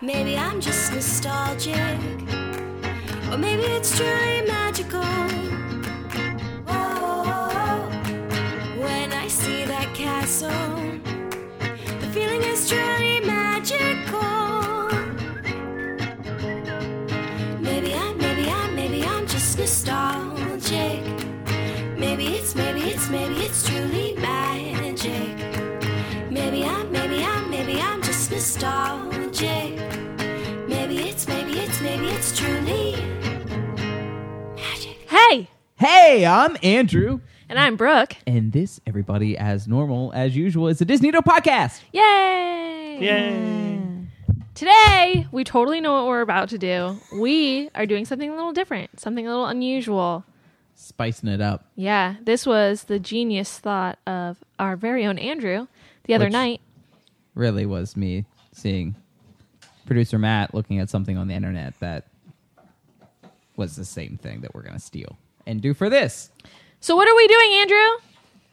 Maybe I'm just nostalgic, or maybe it's truly magical. Oh, when I see that castle, the feeling is truly magical. Maybe I'm, maybe I'm, maybe I'm just nostalgic. Maybe it's, maybe it's, maybe it's truly magic. Maybe I'm, maybe I'm, maybe I'm just nostalgic. Maybe it's, maybe it's, maybe it's truly magic. Hey, Hey, I'm Andrew. and I'm Brooke. And this, everybody, as normal, as usual, is the Disney Do Podcast. Yay! Yay. Today, we totally know what we're about to do. We are doing something a little different, something a little unusual. Spicing it up. Yeah, this was the genius thought of our very own Andrew the other Which- night. Really was me seeing producer Matt looking at something on the internet that was the same thing that we're going to steal and do for this. So, what are we doing, Andrew?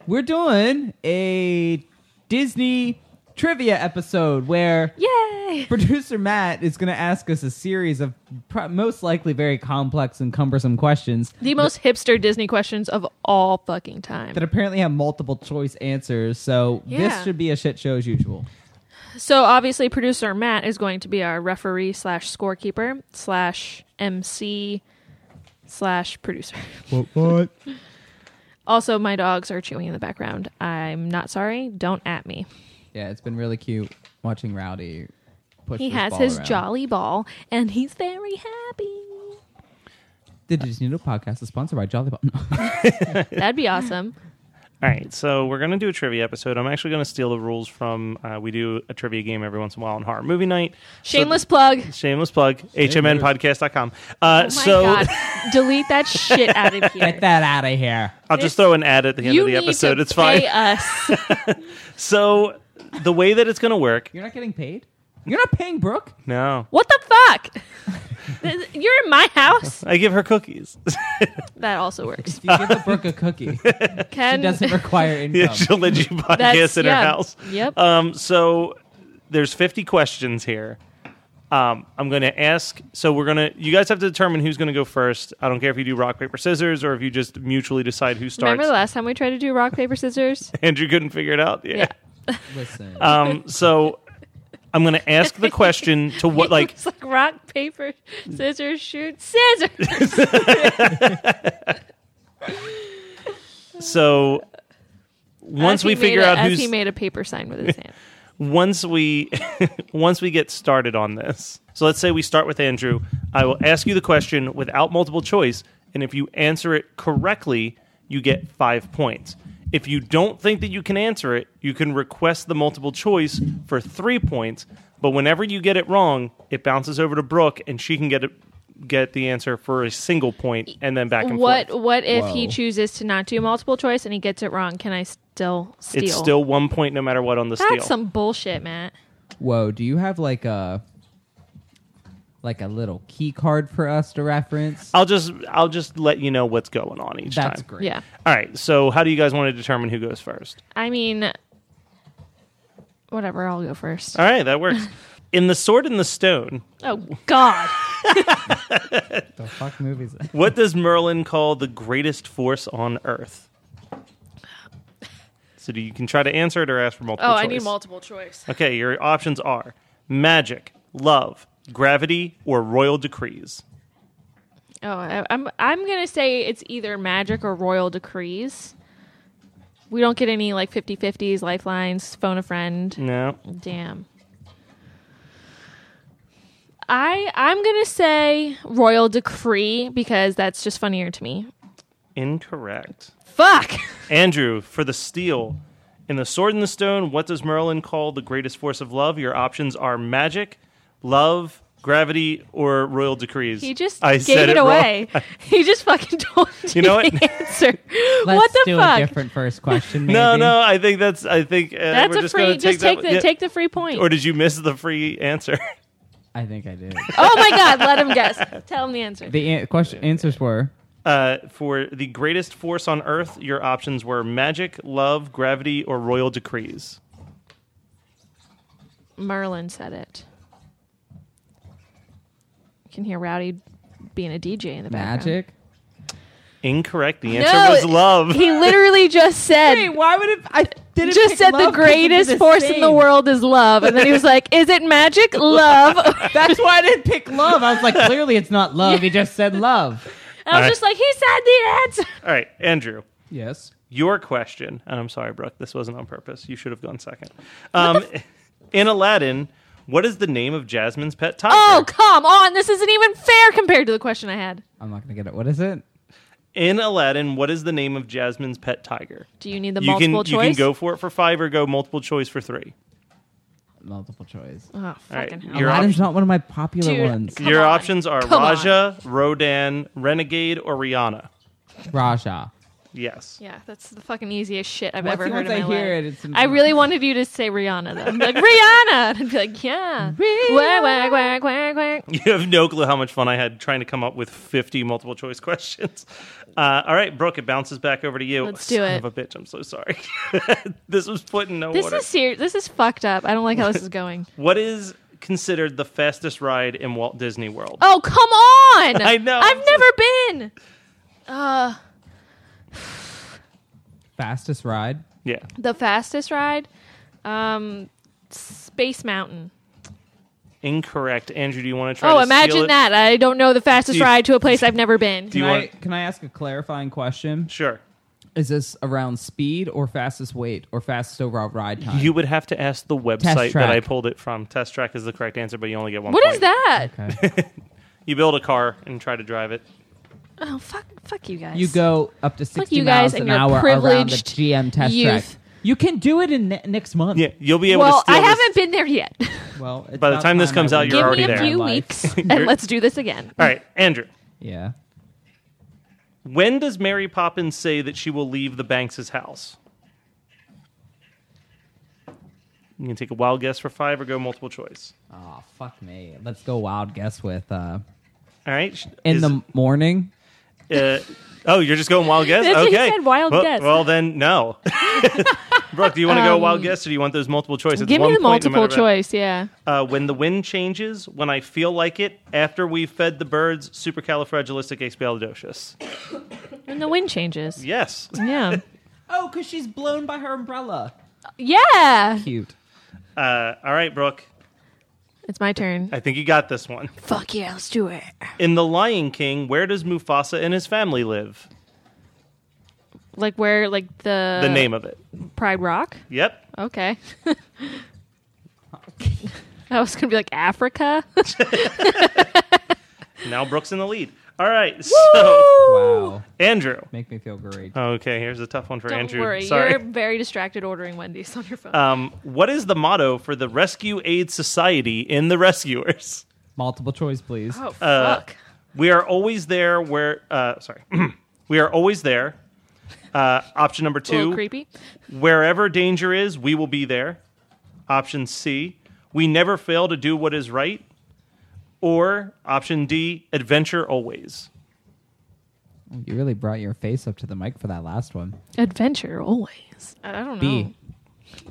We're doing a Disney trivia episode where Yay! producer Matt is going to ask us a series of pro- most likely very complex and cumbersome questions The most hipster Disney questions of all fucking time. that apparently have multiple choice answers. So this Yeah. should be a shit show as usual. So obviously, producer Matt is going to be our referee slash scorekeeper slash MC slash producer. What? what? Also, my dogs are chewing in the background. I'm not sorry. Don't at me. Yeah, it's been really cute watching Rowdy. Push He this has ball his around. jolly ball, and he's very happy. The Disney Noodle Podcast is sponsored by Jolly Button. That'd be awesome. All right, so we're going to do a trivia episode. I'm actually going to steal the rules from uh, we do a trivia game every once in a while on horror movie night. So- Shameless plug. shameless plug. HMNpodcast.com. Uh, Oh my so god! Delete that shit out of here. Get that out of here. I'll just throw an ad at the end you of the need episode. to It's fine. pay us. So the way that it's going to work. You're not getting paid? You're not paying Brooke? No, What the fuck? You're in my house. I give her cookies. That also works. If you give a Brooke a cookie, it Ken doesn't require Yeah, income. she'll let you Um, That's- podcast in yeah. her house. Yep. Um, so there's 50 questions here. Um, I'm going to ask. So we're going to. You guys have to determine who's going to go first. I don't care if you do rock paper scissors or if you just mutually decide who starts. Remember the last time we tried to do rock paper scissors? Andrew couldn't figure it out. Yeah. Listen. Um, so I'm going to ask the question to what like it's like rock paper scissors shoot scissors. so. As Once he we made figure a- out as who's he made a paper sign with his hand. once we once we get started on this so let's say we start with andrew i will ask you the question without multiple choice and if you answer it correctly you get five points if you don't think that you can answer it you can request the multiple choice for three points but whenever you get it wrong it bounces over to brooke and she can get it get the answer for a single point and then back and What forth what if he Whoa. chooses to not do multiple choice and he gets it wrong? Can I still steal? it's still one point no matter what on the that's steal some bullshit, Matt. Whoa, do you have like a like a little key card for us to reference? i'll just i'll just let you know what's going on each That's time great. Yeah, All right. So, how do you guys want to determine who goes first? I mean, whatever. I'll go first. All right, that works. In The Sword and the Stone, Oh God, The fuck movies. what does Merlin call the greatest force on earth? So, do you can try to answer it or ask for multiple oh, choice. I need multiple choice. Okay, your options are magic, love, gravity, or royal decrees. Oh, I, I'm I'm gonna say it's either magic or royal decrees. We don't get any like 50-50s, lifelines, phone a friend. No. Damn. I I'm gonna say royal decree because that's just funnier to me. Incorrect. Fuck. Andrew, for the steal. In The Sword and the Stone, what does Merlin call the greatest force of love? Your options are magic, love, gravity, or royal decrees. He just I gave said it, wrong. away. he just fucking told you, You know the answer. Let's what the do fuck? a different first question. No, maybe. no, I think that's. I think uh, That's we're a just free. gonna Just take, take, that, the yeah. take the free point. Or did you miss the free answer? I think I did. oh my god! Let him guess. Tell him the answer. The an- question answers were Uh, for the greatest force on Earth, your options were magic, love, gravity, or royal decrees. Merlin said it. can hear Rowdy being a DJ in the background. Magic? Incorrect. The answer No, was love. He literally just said. why would it? I didn't just said the greatest force in the world is love, and then he was like, "Is it magic, love?" That's why I didn't pick love. I was like, clearly it's not love. He just said love. I was just like, "He said the answer." All right, Andrew, Yes. your question, and I'm sorry, Brooke, this wasn't on purpose. You should have gone second. Um, in Aladdin, what is the name of Jasmine's pet tiger? Oh come on! This isn't even fair compared to the question I had. I'm not gonna get it. What is it? In Aladdin, what is the name of Jasmine's pet tiger? Do you need the You can multiple you choice? can go for it for five or go multiple choice for three. Multiple choice. Oh, right, fucking hell. Your Aladdin's Uh, not one of my popular Dude, ones. come Your on. options are Come on. Raja, Rodan, Renegade, or Rihanna. Raja. Yes. Yeah, that's the fucking easiest shit I've Once- ever heard once in my I hear life. it, it's- I really wanted you to say Rihanna though. I'm like Rihanna, and I'd be like, yeah, Whack, whack, whack, whack, whack. You have no clue how much fun I had trying to come up with 50 multiple choice questions. Uh, all right, Brooke, it bounces back over to you. Let's do Son it. of a bitch, I'm so sorry. this was put in no This order. is serious. This is fucked up. I don't like how this is going. What is considered the fastest ride in Walt Disney World? Oh come on! I know. I've never been. Uh, Fastest ride. Yeah. the fastest ride, um, Space Mountain. Incorrect. Andrew, do you want to try Oh, to steal imagine it? that! I don't know the fastest Do you- ride to a place I've never been. Do Can you I, want- can I ask a clarifying question? Sure. Is this around speed or fastest weight or fastest overall ride time? You would have to ask the website that track. I pulled it from. Test track is the correct answer, but you only get one What point. is that? okay. You build a car and try to drive it. Oh fuck! Fuck you guys. you go up to sixty you guys miles an and your hour around the privileged GM test youth. track. You can do it in ne- next month. Yeah, you'll be able Well, to steal I this- haven't been there yet. Well, it's By the about time this comes I out, went you're Give back already me in a there. my few life. weeks, and let's do this again. All right, Andrew. Yeah. When does Mary Poppins say that she will leave the Banks' house? You can take a wild guess for five or go multiple choice. Oh fuck me. Let's go wild guess with uh, All right. sh- in is- the morning. uh, oh, you're just going wild guess. That's what okay. he said, wild well, guess. Um, Well, then no. Brooke, do you want to go wild guess or do you want those multiple choices? Give me the multiple choice. choice. Yeah. uh, when the wind changes, when I feel like it, after we fed the birds, supercalifragilisticexpialidocious. And the wind changes. Yes. Yeah. Oh, because she's blown by her umbrella. yeah. Cute. Uh, all right, Brooke. It's my turn. I think you got this one. Fuck yeah, let's do it. In The Lion King, where does Mufasa and his family live? Like where? Like the The name of it. Pride Rock. Yep. Okay. I was gonna be like Africa. Now Brooke's in the lead. All right. So, Wow. Andrew. Make me feel great. Okay, here's a tough one for Don't Andrew. worry, Sorry. you're very distracted ordering Wendy's on your phone. Um, what is the motto for the Rescue Aid Society in The Rescuers? Multiple choice, please. oh uh, fuck! We are always there where, uh, sorry. we are always there. Uh, option number A little two. creepy. Wherever danger is, we will be there. Option C, we never fail to do what is right. Or option D, adventure always. You really brought your face up to the mic for that last one. Adventure always. I I don't know. B.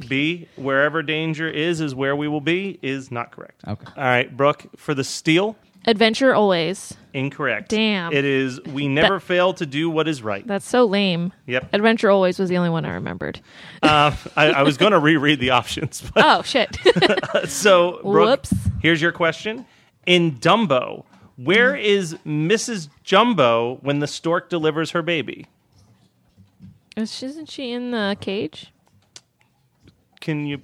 B, wherever danger is, is where we will be, is not correct. Oh. Okay. All right, Brooke, for the steal, Adventure always. incorrect. Damn. It is, we never fail to do what is right. That's so lame. Yep. Adventure always was the only one I remembered. Uh, I, I was going to reread the options. But, Oh shit. so, Brooke, Whoops. here's your question. In Dumbo, where Mm-hmm. is Mrs. Jumbo when the stork delivers her baby? Isn't she in the cage? can you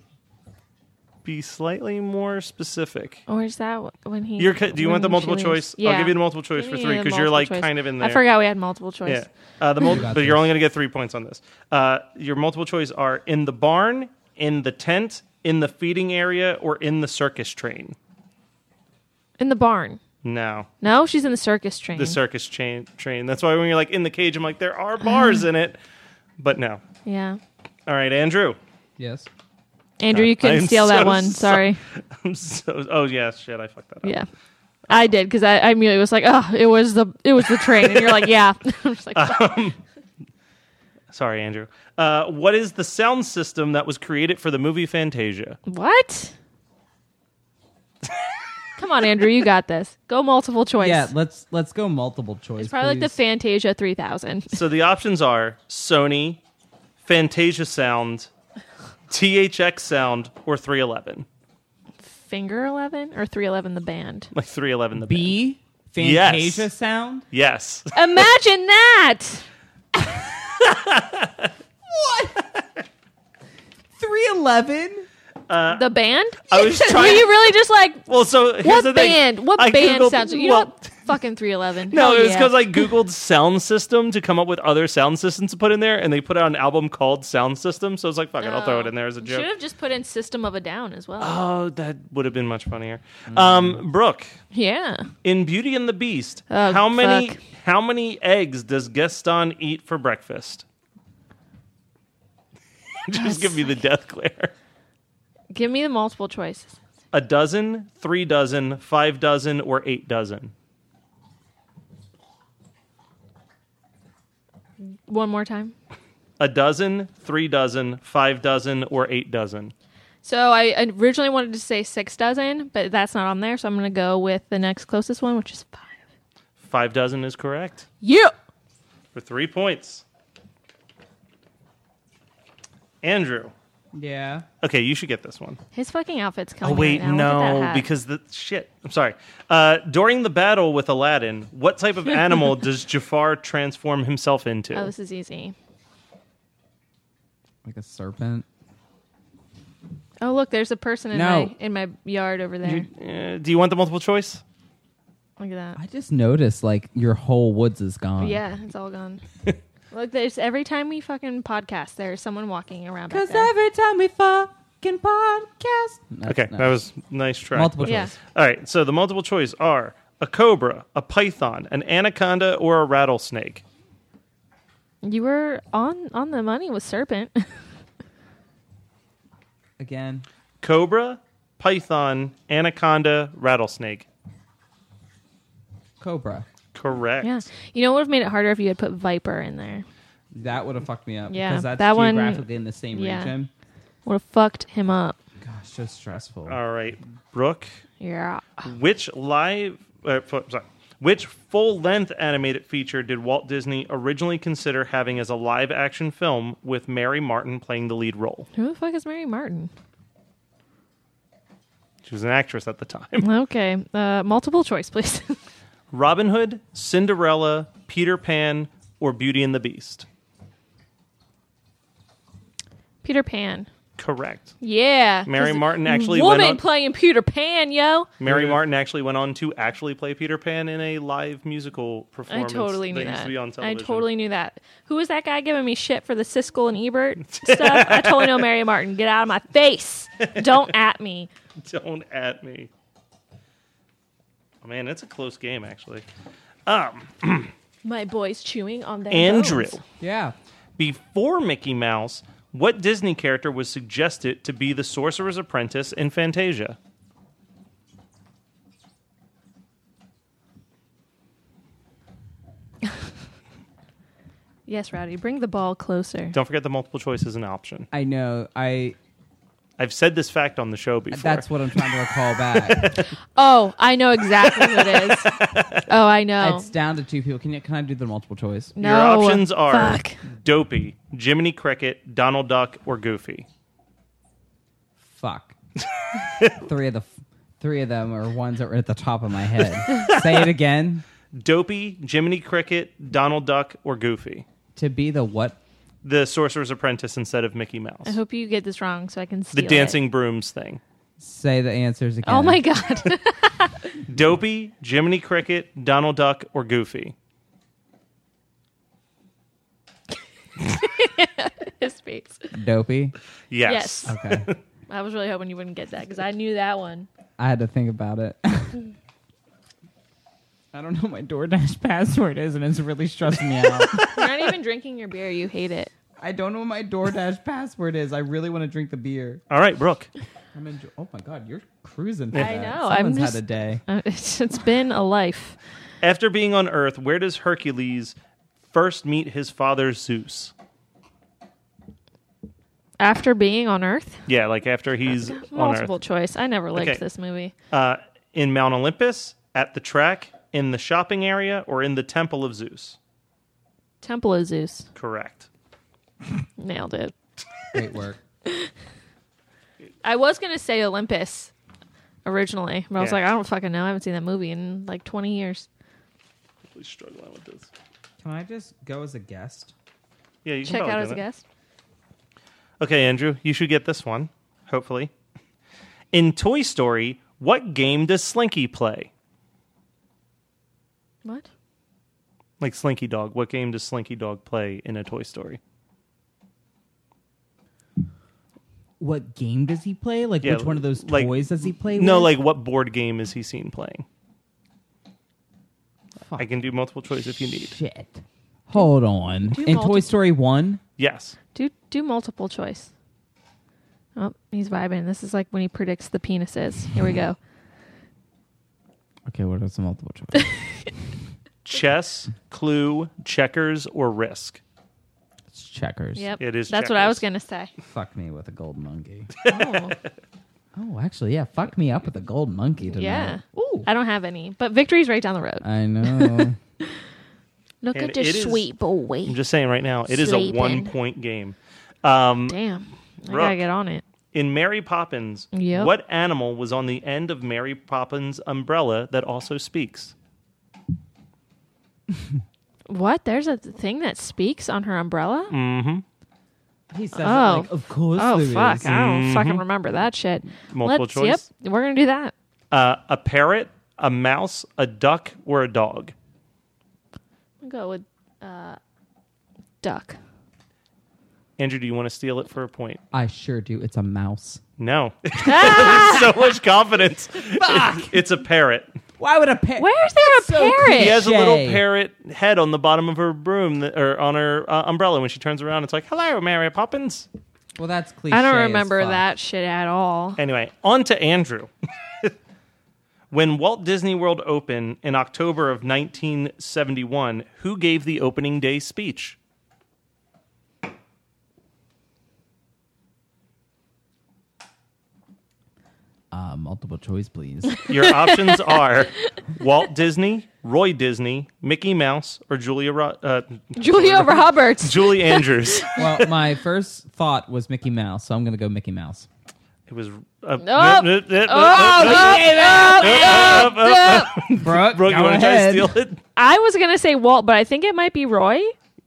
be slightly more specific? Oh, Or is that wh- when he? Your co- do you when want the she multiple leaves? choice? Yeah. I'll give you the multiple choice Give for me three the because you're like multiple choice. kind of in there. I forgot we had multiple choice. Yeah, uh, the mul- got but you're this. only going to get three points on this. Uh, your multiple choice are in the barn, in the tent, in the feeding area, or in the circus train. In the barn. No, No, she's in the circus train. the Mm-hmm. circus chain train. That's why when you're like in the cage, I'm like there are bars in it, but no. yeah. All right, Andrew. Yes. Andrew, I you couldn't am steal so that one. sorry. Sorry. I'm so. Oh yeah, shit, I fucked that up. Yeah. I did because I, I immediately was like, oh, it was the it was the train, and you're like, yeah. I'm just like, Sorry, Andrew. Uh, what is the sound system that was created for the movie Fantasia? what? Come on, Andrew, you got this. Go multiple choice. Yeah, let's let's go multiple choice. it's probably like the please. Fantasia 3000. So the options are Sony, Fantasia Sound, THX Sound, or 311. Finger 11 or 311 the band. Like 311 the band. B Yes. Fantasia sound. Yes. Imagine that. Three eleven. the band? Uh, I was Were trying. you really just like well, so here's what the thing. band? What I band Googled- sounds? You know, well, what? fucking 311. No, Hell it was yeah. because I Googled sound system to come up with other sound systems to put in there, and they put out an album called Sound System. So I was like, fuck it, I'll throw it in there as a Should joke. have Uh, just put in System of a Down as well. Oh, that would have been much funnier. Um, Brooke, yeah. in Beauty and the Beast, Oh, how many fuck. how many eggs does Gaston eat for breakfast? Just give me the death glare. Give me the multiple choices. A dozen, three dozen, five dozen, or eight dozen. One more time. A dozen, three dozen, five dozen, or eight dozen. So I originally wanted to say six dozen, but that's not on there. So I'm going to go with the next closest one, which is five. Five dozen is correct. Yeah. for three points. Andrew. Yeah. Okay, you should get this one. His fucking outfit's Oh, coming. wait, right now. Look at that no, hat. because the shit. I'm sorry. Uh, during the battle with Aladdin, what type of animal does Jafar transform himself into? oh, this is easy. Like a serpent. Oh, look, there's a person in No. my in my yard over there. Uh, do you want the multiple choice? Look at that. I just noticed like your whole woods is gone. yeah, it's all gone. look, there's every time we fucking podcast, there's someone walking around. Back Cause there. every time we fucking podcast. No, Okay, no. that was nice try. multiple choice. Yeah. All right, so the multiple choice are a cobra, a python, an anaconda, or a rattlesnake. You were on on the money with serpent. Again. Cobra, python, anaconda, rattlesnake. Cobra. Correct. yeah. You know what would have made it harder if you had put viper in there. That would have fucked me up. Yeah, Because that's that one- geographically in the same yeah. region. Would have fucked him up. Gosh, so stressful. All right, Brooke. Yeah. Which live, uh, fu- sorry, which full-length animated feature did Walt Disney originally consider having as a live-action film with Mary Martin playing the lead role? Who the fuck is Mary Martin? She was an actress at the time. Okay. Uh, multiple choice, please. Robin Hood, Cinderella, Peter Pan, or Beauty and the Beast? Peter Pan. Correct. Yeah. Mary 'cause Martin actually woman went on- playing Peter Pan, yo. Mary Martin actually went on to actually play Peter Pan in a live musical I performance. totally knew that. Used that. to be on I television. totally knew that. Who was that guy giving me shit for the Siskel and Ebert stuff? I totally know Mary Martin. Get out of my face. Don't at me. Don't at me. Oh, man, it's a close game actually. Um, My boy's chewing on that. Andrew. yeah. Before Mickey Mouse, what Disney character was suggested to be the Sorcerer's Apprentice in Fantasia? Yes, Rowdy. Bring the ball closer. Don't forget the multiple choice is an option. I know. I I've said this fact on the show before. that's what I'm trying to recall back. Oh, I know exactly who it is. Oh, I know. It's down to two people. Can you, can I do the multiple choice? no. Your options are Fuck. Dopey, Jiminy Cricket, Donald Duck, or Goofy. Fuck. three of the f- three of them are ones that were at the top of my head. Say it again. Dopey, Jiminy Cricket, Donald Duck, or Goofy. To be the what? The Sorcerer's Apprentice instead of Mickey I Mouse. hope you get this wrong so I can The steal it. dancing brooms thing. Say the answers again. Oh my god. Dopey, Jiminy Cricket, Donald Duck, or Goofy. His face. Dopey. Yes. Yes. Okay. I was really hoping you wouldn't get that because I knew that one. I had to think about it. I don't know what my DoorDash password is, and it's really stressing me out. You're not even drinking your beer. You hate it. I don't know what my DoorDash password is. I really want to drink the beer. All right, Brooke. I'm enjo- Oh my god, you're cruising. For I that. know, I'm Someone's just- had a day. Uh, It's, it's been a life. After being on Earth, where does Hercules first meet his father Zeus? After being on Earth, Yeah, like after he's on multiple Earth. choice. I never liked Okay. this movie. Uh, in Mount Olympus, at the track, in the shopping area, or in the Temple of Zeus? Temple of Zeus. Correct. Nailed it. Great work. I was gonna say Olympus originally, but I was Yeah. like, I don't fucking know. I haven't seen that movie in like twenty years. Really struggling with this. Can I just go as a guest? Yeah, you can Check probably out do as a it. guest. Okay, Andrew, you should get this one, hopefully. In Toy Story, what game does Slinky play? What? Like Slinky Dog, what game does Slinky Dog play in a Toy Story? What game does he play? Like Yeah, which one of those like- toys does he play? No, with? like what board game is he seen playing? Fuck. I can do multiple choice if you need. shit. Hold on. do In Toy multi- Story One, Yes. Do do multiple choice. Oh, he's vibing. This is like when he predicts the penises. Here we go. okay, what are some multiple choice? Chess, Clue, Checkers, or Risk? it's checkers. Yep. It is That's what I checkers. was gonna say. Fuck me with a gold monkey. Oh, Oh, actually, yeah. Fuck me up with a gold monkey tonight. yeah. Ooh. I don't have any, but victory's right down the road. I know. Look And at this it is- sweet boy. I'm just saying right now, it is Sleeping. a one point game. Damn. I Rook. gotta get on it. In Mary Poppins, Yep. what animal was on the end of Mary Poppins' umbrella that also speaks? What? There's a thing that speaks on her umbrella? Mm. he says, it Oh. like, of course. Oh there is." fuck! I don't fucking remember that shit. Mm-hmm. Multiple Let's, choice? Yep, we're gonna do that. Uh, a parrot, a mouse, a duck, or a dog? I'll go with uh, duck. Andrew, do you want to steal it for a point? I sure do. It's a mouse. No. so much confidence. It's, it's a parrot. Why would a pet? Where's there a parrot? He has a little Shay. parrot head on the bottom of her broom that, or on her uh, umbrella. When she turns around, it's like, "Hello, Mary Poppins." Well, that's cliche. I don't as remember fuck. that shit at all. Anyway, on to Andrew. when Walt Disney World opened in October of 1971, who gave the opening day speech? Uh, multiple choice, please. Your options are Walt Disney, Roy Disney, Mickey Mouse, or Julia Ro- uh, Julia Roberts. Julie Andrews. well, my first thought was Mickey Mouse, so I'm gonna go Mickey Mouse. It was. Uh, Oh, no, no, no, no, Oh, no, up, up, no, no, no. Brooke, Brooke, go you want to try to ahead. steal it? I was gonna say Walt, but I think it might be Roy.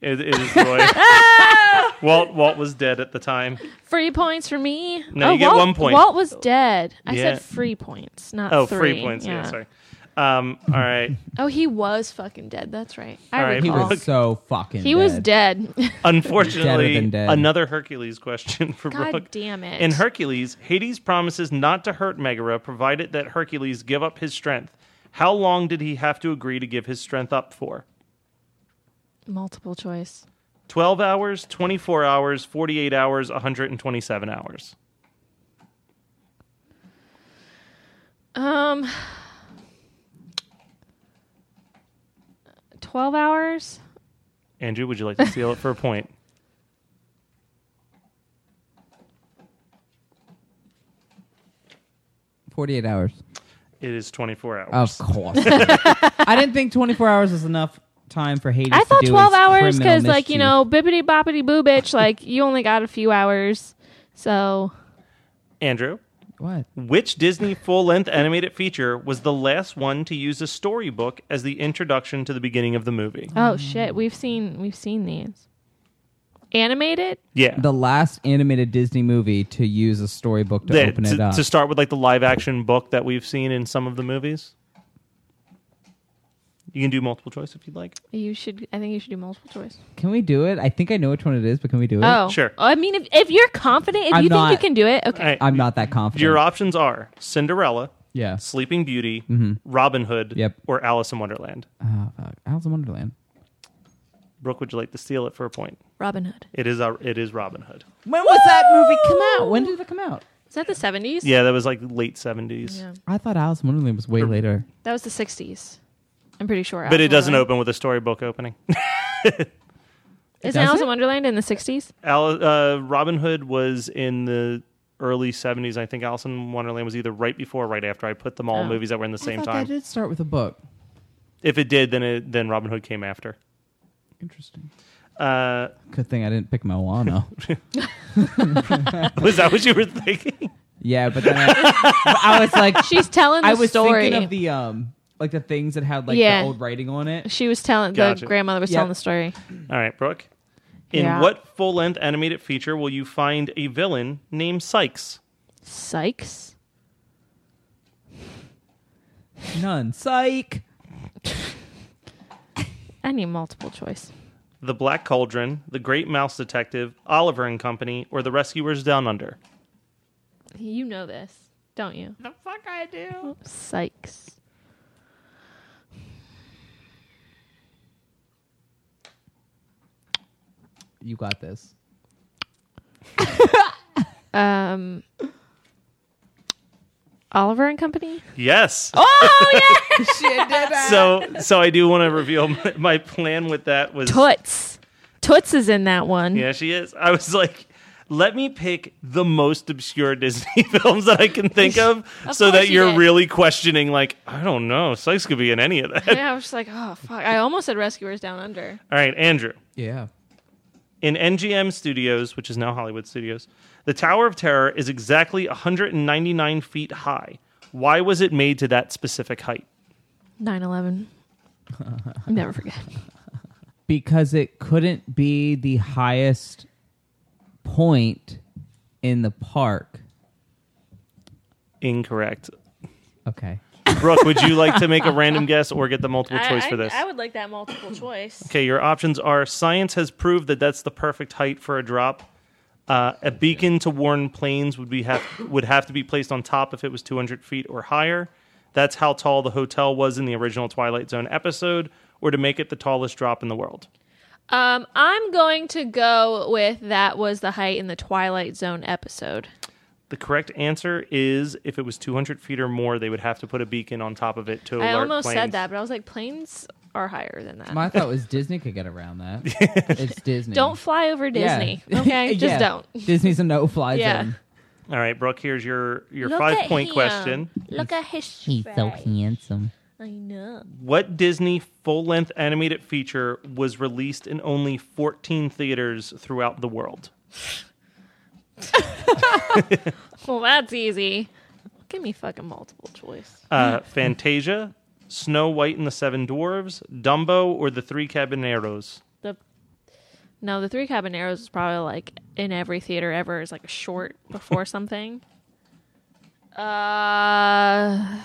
It, it is Roy. Walt Walt was dead at the time. Free points for me. No, Oh, you get Walt, one point. Walt was dead. I Yeah. said free points, not Oh, three. free points. Yeah, sorry. Um, all right. Oh, he was fucking dead. That's right. I All right, He recall. Brooke. was so fucking. He was dead. Unfortunately, Deader than dead. another Hercules question for God Brooke. damn it. In Hercules, Hades promises not to hurt Megara, provided that Hercules give up his strength. How long did he have to agree to give his strength up for? Multiple choice. 12 hours, 24 hours, 48 hours, 127 hours. Um, twelve hours. Andrew, would you like to steal it for a point? Forty-eight hours. It is 24 hours. Of course. I didn't think 24 hours was enough time for Hades. I to thought do twelve his hours criminal because, like you mischief. know, bibbity boppity boo bitch. Like you only got a few hours, so Andrew, what? which Disney full length animated feature was the last one to use a storybook as the introduction to the beginning of the movie? Uh, Mm. oh shit, we've seen we've seen these animated. Yeah. The last animated Disney movie to use a storybook to that- open to, it up. to start with like the live action book that we've seen in some of the movies. You can do multiple choice if you'd like. You should. I think you should do multiple choice. can we do it? I think I know which one it is, but can we do it? Oh, Sure. I mean, if, if you're confident, if I'm you not. think you can do it, okay. All right. I'm not that confident. Your options are Cinderella, Yeah. Sleeping Beauty, Robin Hood, Mm-hmm. Yep. or Alice in Wonderland. Oh, fuck. Alice in Wonderland. Brooke, would you like to steal it for a point? Robin Hood. It is our, it is Robin Hood. When was that movie come out? When did it come out? Is that the seventies? Yeah, that was like late seventies, Yeah. I thought Alice in Wonderland was way later. That was the sixties. I'm pretty sure. but it doesn't open. open with a storybook opening. Isn't Does Alice it? in Wonderland in the 60s? Al- uh, Robin Hood was in the early 70s. I think Alice in Wonderland was either right before or right after. I put them all Oh. in movies that were in the I same thought time. That did start with a book. If it did, then it, then Robin Hood came after. Interesting. Uh, Good thing I didn't pick Moana. was that what you were thinking? yeah, but then I, I was like, She's telling the I was story. thinking of the um, like the things that had like Yeah. the old writing on it. she was telling Gotcha. the grandmother was Yeah. telling the story. All right, Brooke. In Yeah. what full length animated feature will you find a villain named Sykes? Sykes. None. Psych. I need multiple choice. The Black Cauldron, The Great Mouse Detective, Oliver and Company, or The Rescuers Down Under? You know this, don't you? The fuck I do? Sykes. You got this. Um. Oliver and Company. Yes. Oh yeah. So, so I do want to reveal my, my plan with that was. Toots. Toots is in that one. Yeah, she is. I was like, let me pick the most obscure Disney films that I can think of, Of so course that you you're did. really questioning. Like, I don't know, Sykes could be in any of that. Yeah, I was just like, oh fuck! I almost said Rescuers Down Under. All right, Andrew. Yeah. In NGM Studios, which is now Hollywood Studios, the Tower of Terror is exactly 199 feet high. Why was it made to that specific height? 9-11. Never forget. because it couldn't be the highest point in the park. Incorrect. Okay. Brooke, would you like to make a random guess or get the multiple choice for this? would like that multiple choice. Okay, your options are science has proved that that's the perfect height for a drop. Uh, a beacon to warn planes would be have, would have to be placed on top if it was 200 feet or higher. That's how tall the hotel was in the original Twilight Zone episode, or to make it the tallest drop in the world. Um, I'm going to go with that was the height in the Twilight Zone episode. The correct answer is if it was 200 feet or more, they would have to put a beacon on top of it to alert I almost planes. said that, but I was like, planes are higher than that. My thought was Disney could get around that. it's Disney. don't fly over Disney. Yeah. Okay, just Yeah. don't. Disney's a no fly Yeah. zone. All right, Brooke. Here's your your Look five at point him. question. Look at his He's so handsome. I know. What Disney full length animated feature was released in only 14 theaters throughout the world? Well, that's easy. Give me fucking multiple choice. Uh, Fantasia, Snow White and the Seven Dwarves, Dumbo, or The Three Caballeros? The no, the Three Caballeros is probably like in every theater ever is like a short before something. Uh,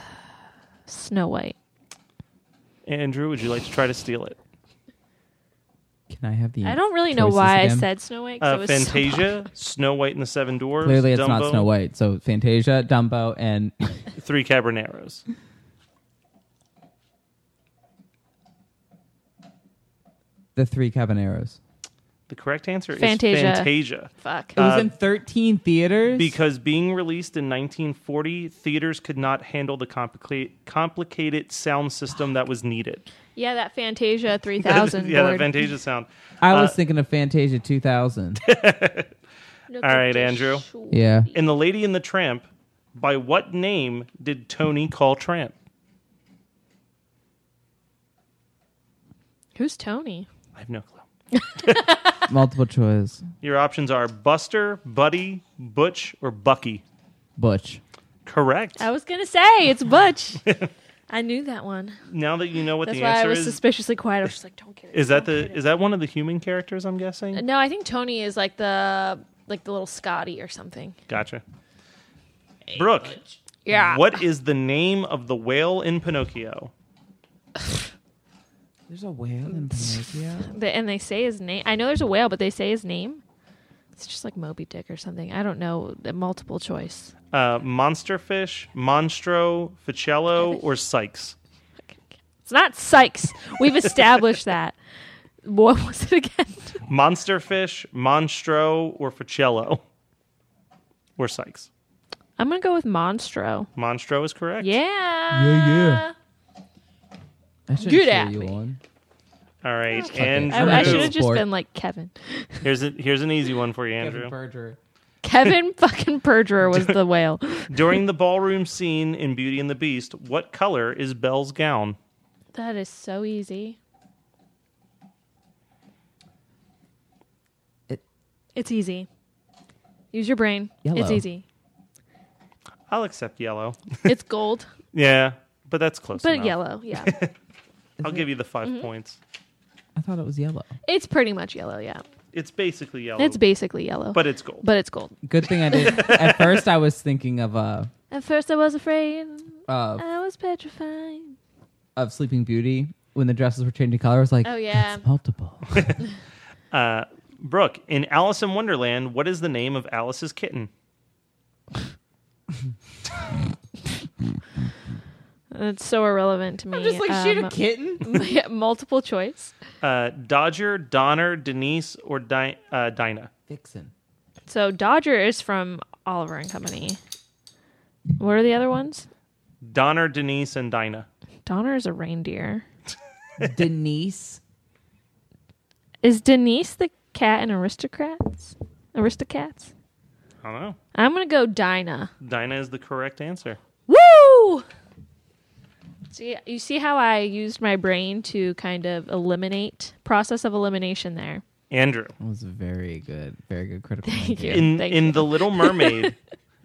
Snow White. Andrew, would you like to try to steal it? Can I have the? I don't really know choices why again? I said Snow White. 'cause it Uh, was so popular. Fantasia, Snow White and the Seven Dwarves, Clearly, it's Dumbo, not Snow White. So Fantasia, Dumbo, and Three Caballeros. the Three Caballeros. The correct answer Fantasia. is Fantasia. Fuck. It was Uh, in thirteen theaters. Because being released in 1940, theaters could not handle the complica- complicated sound system that was needed. yeah, that Fantasia three thousand. yeah, that Fantasia sound. I uh, was thinking of Fantasia two thousand. All right, Andrew. yeah. In The Lady and the Tramp, by what name did Tony call Tramp? Who's Tony? I have no clue. Multiple choice. Your options are Buster, Buddy, Butch, or Bucky. Butch. Correct. I was gonna say it's Butch. I knew that one. Now that you know what That's the why I answer was is, suspiciously quiet. I was just like, don't get it. is that the is that one of the human characters? I'm guessing. No, I think Tony is like the like the little Scotty or something. Gotcha. Brooke, Yeah. what is the name of the whale in Pinocchio? There's a whale in Pinocchio. The, and they say his name. I know there's a whale, but they say his name. It's just like Moby Dick or something. I don't know. The multiple choice. Uh, monsterfish, Monstro, Ficello, or Sykes? It's not Sykes. We've established that. What was it again? Monsterfish, Monstro, or Ficello? Or Sykes? I'm gonna go with Monstro. Monstro is correct. Yeah. yeah. I shouldn't Good cheer at you me. on. All right, it. Oh. I, I should Andrew. have just Sport. been like Kevin. Here's a, here's an easy one for you, Kevin Andrew. Berger. Kevin fucking Perjurer was the whale. During the ballroom scene in Beauty and the Beast, what color is Belle's gown? That is so easy. It- it's easy. Use your brain. It's Yellow. easy. I'll accept yellow. It's gold, Yeah, but that's close but enough. yellow. Mm-hmm. Yeah. I'll give you the 5 points. I thought it was yellow. it's pretty much yellow. Yeah. It's basically yellow, It's basically yellow. but it's gold. but it's gold. Good thing I did. At first, I was thinking of uh, At first, I was afraid. of I was petrified. of Sleeping Beauty when the dresses were changing color. I was like, Oh, yeah. that's multiple. Brooke, in Alice in Wonderland, what is the name of Alice's kitten? It's so irrelevant to me. Um, kitten. yeah, multiple choice. Uh, Dodger, Donner, Denise, or Di- uh, Dinah? Vixen. So Dodger is from Oliver and Company. What are the other ones? Donner, Denise, and Dinah. Donner is a reindeer. Denise. Is Denise the cat in Aristocrats? Aristocats? I don't know. I'm gonna go Dinah. Dinah is the correct answer. Woo! See, you see how I used my brain to kind of eliminate process of elimination there. Andrew, That was a very good, very good critical. Thank thinking. you. in Thank in you. The Little Mermaid,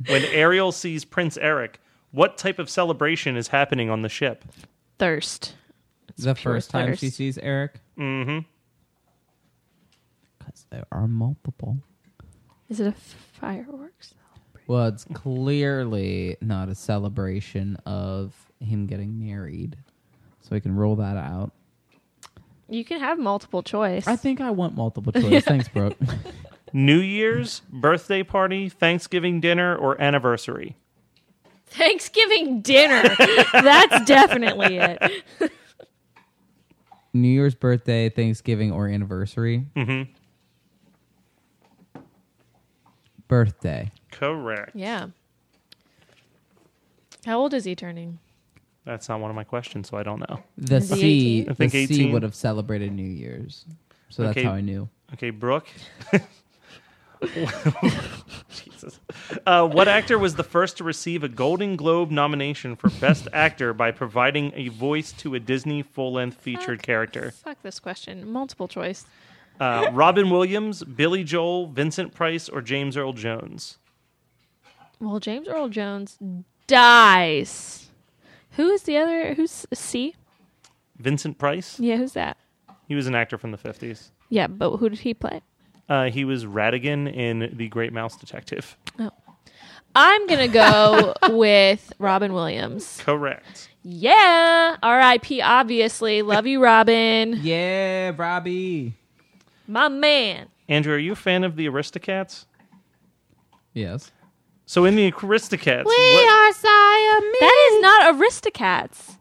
when Ariel sees Prince Eric, what type of celebration is happening on the ship? Thirst. The pure first time she thirst. sees Eric, Mm-hmm. because there are multiple. Is it a fireworks? Well, it's clearly not a celebration of him getting married, so we can roll that out. You can have multiple choice. I think I want multiple choice. Thanks, Brooke. New Year's, birthday party, Thanksgiving dinner, or anniversary? Thanksgiving dinner. That's definitely it. New Year's birthday, Thanksgiving, or anniversary. Mm-hmm. Birthday. Correct. Yeah. How old is he turning? That's not one of my questions, so I don't know. The Is he sea. 18? I The think sea 18. would have celebrated New Year's, so Okay. that's how I knew. Okay, Brooke. Jesus. Uh, what actor was the first to receive a Golden Globe nomination for Best Actor by providing a voice to a Disney full length featured character? Fuck this question. Multiple choice. Uh, Robin Williams, Billy Joel, Vincent Price, or James Earl Jones? Well, James Earl Jones dies. Who is the other? Who's C? Vincent Price? Yeah, who's that? He was an actor from the 50s. Yeah, but who did he play? Uh, he was Radigan in The Great Mouse Detective. I'm gonna go with Robin Williams. Correct. Yeah, R.I.P. Obviously, love you, Robin, Yeah, Robbie. my man. Andrew, are you a fan of the Aristocats? Yes. So in the Aristocats, We what, are Siamese. That is not Aristocats.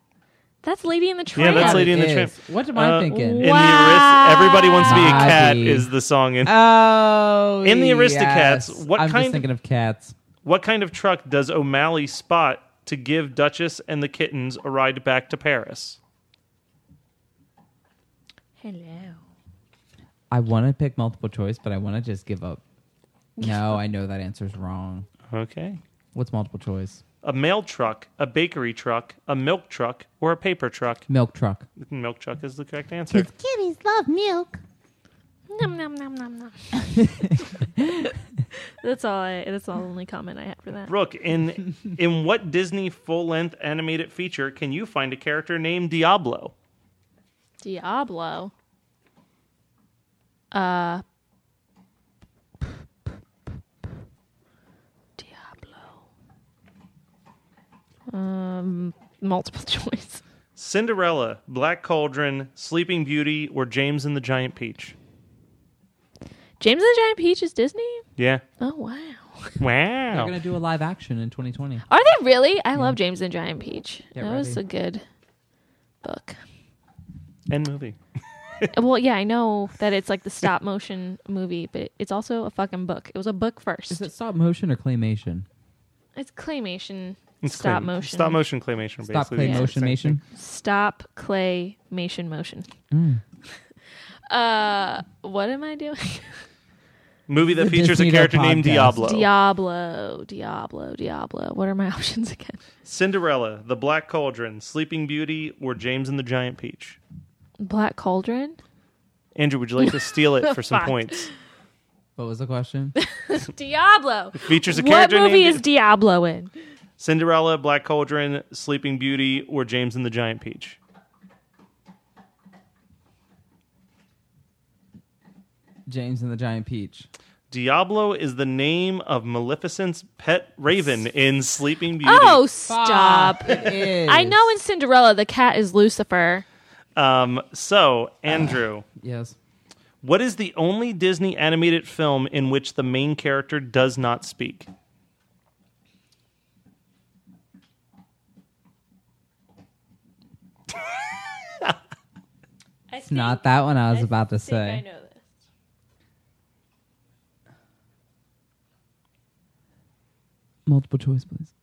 That's Lady in the Tramp. that's Lady in the It Tramp. is. What am I Uh, thinking? in the Arist- everybody wants to be a cat Bobby. is the song Uh, in Oh, In the Aristocats, yes. what I'm kind- just thinking of cats? What kind of truck does O'Malley spot to give Duchess and the kittens a ride back to Paris? Hello. I want to pick multiple choice, but I want to just give up. No, I know that answer's wrong. Okay. What's multiple choice? A mail truck, a bakery truck, a milk truck, or a paper truck? Milk truck. Milk truck is the correct answer. Kitties love milk. Nom nom nom nom nom. that's all. I, that's the only comment I had for that. Brooke, in in what Disney full-length animated feature can you find a character named Diablo? Diablo. Uh. Diablo. Um. Multiple choice. Cinderella, Black Cauldron, Sleeping Beauty, or James and the Giant Peach? James and the Giant Peach is Disney. Yeah. Oh wow. Wow. Oh. They're gonna do a live action in 2020. Are they really? I love James and the Giant Peach. Get that was a ready. good book. End movie. Well, yeah, I know that it's like the stop motion movie, but it's also a fucking book. It was a book first. Mm-hmm. Is it stop motion or claymation? It's claymation. It's stop claym- motion. Stop motion claymation. Stop basically. claymation. It's the same thing. Mation. Stop Mm. claymation motion. Uh, what am I doing? Movie that The features Disney a character Dog named podcast. Diablo. Diablo, Diablo, Diablo. What are my options again? Cinderella, The Black Cauldron, Sleeping Beauty, or James and the Giant Peach. Black Cauldron. Andrew, would you like to steal it for some Fuck. points? What was the question? Diablo. Features a What character movie named is Diablo in? Cinderella, Black Cauldron, Sleeping Beauty, or James and the Giant Peach. James and the Giant Peach. Diablo is the name of Maleficent's pet raven in Sleeping Beauty. Oh, stop. I know It- in Cinderella the cat is Lucifer. Um, so, Andrew, yes. what is the only Disney animated film in which the main character does not speak? It's Not that one I was about to say. know this. Multiple choice, please.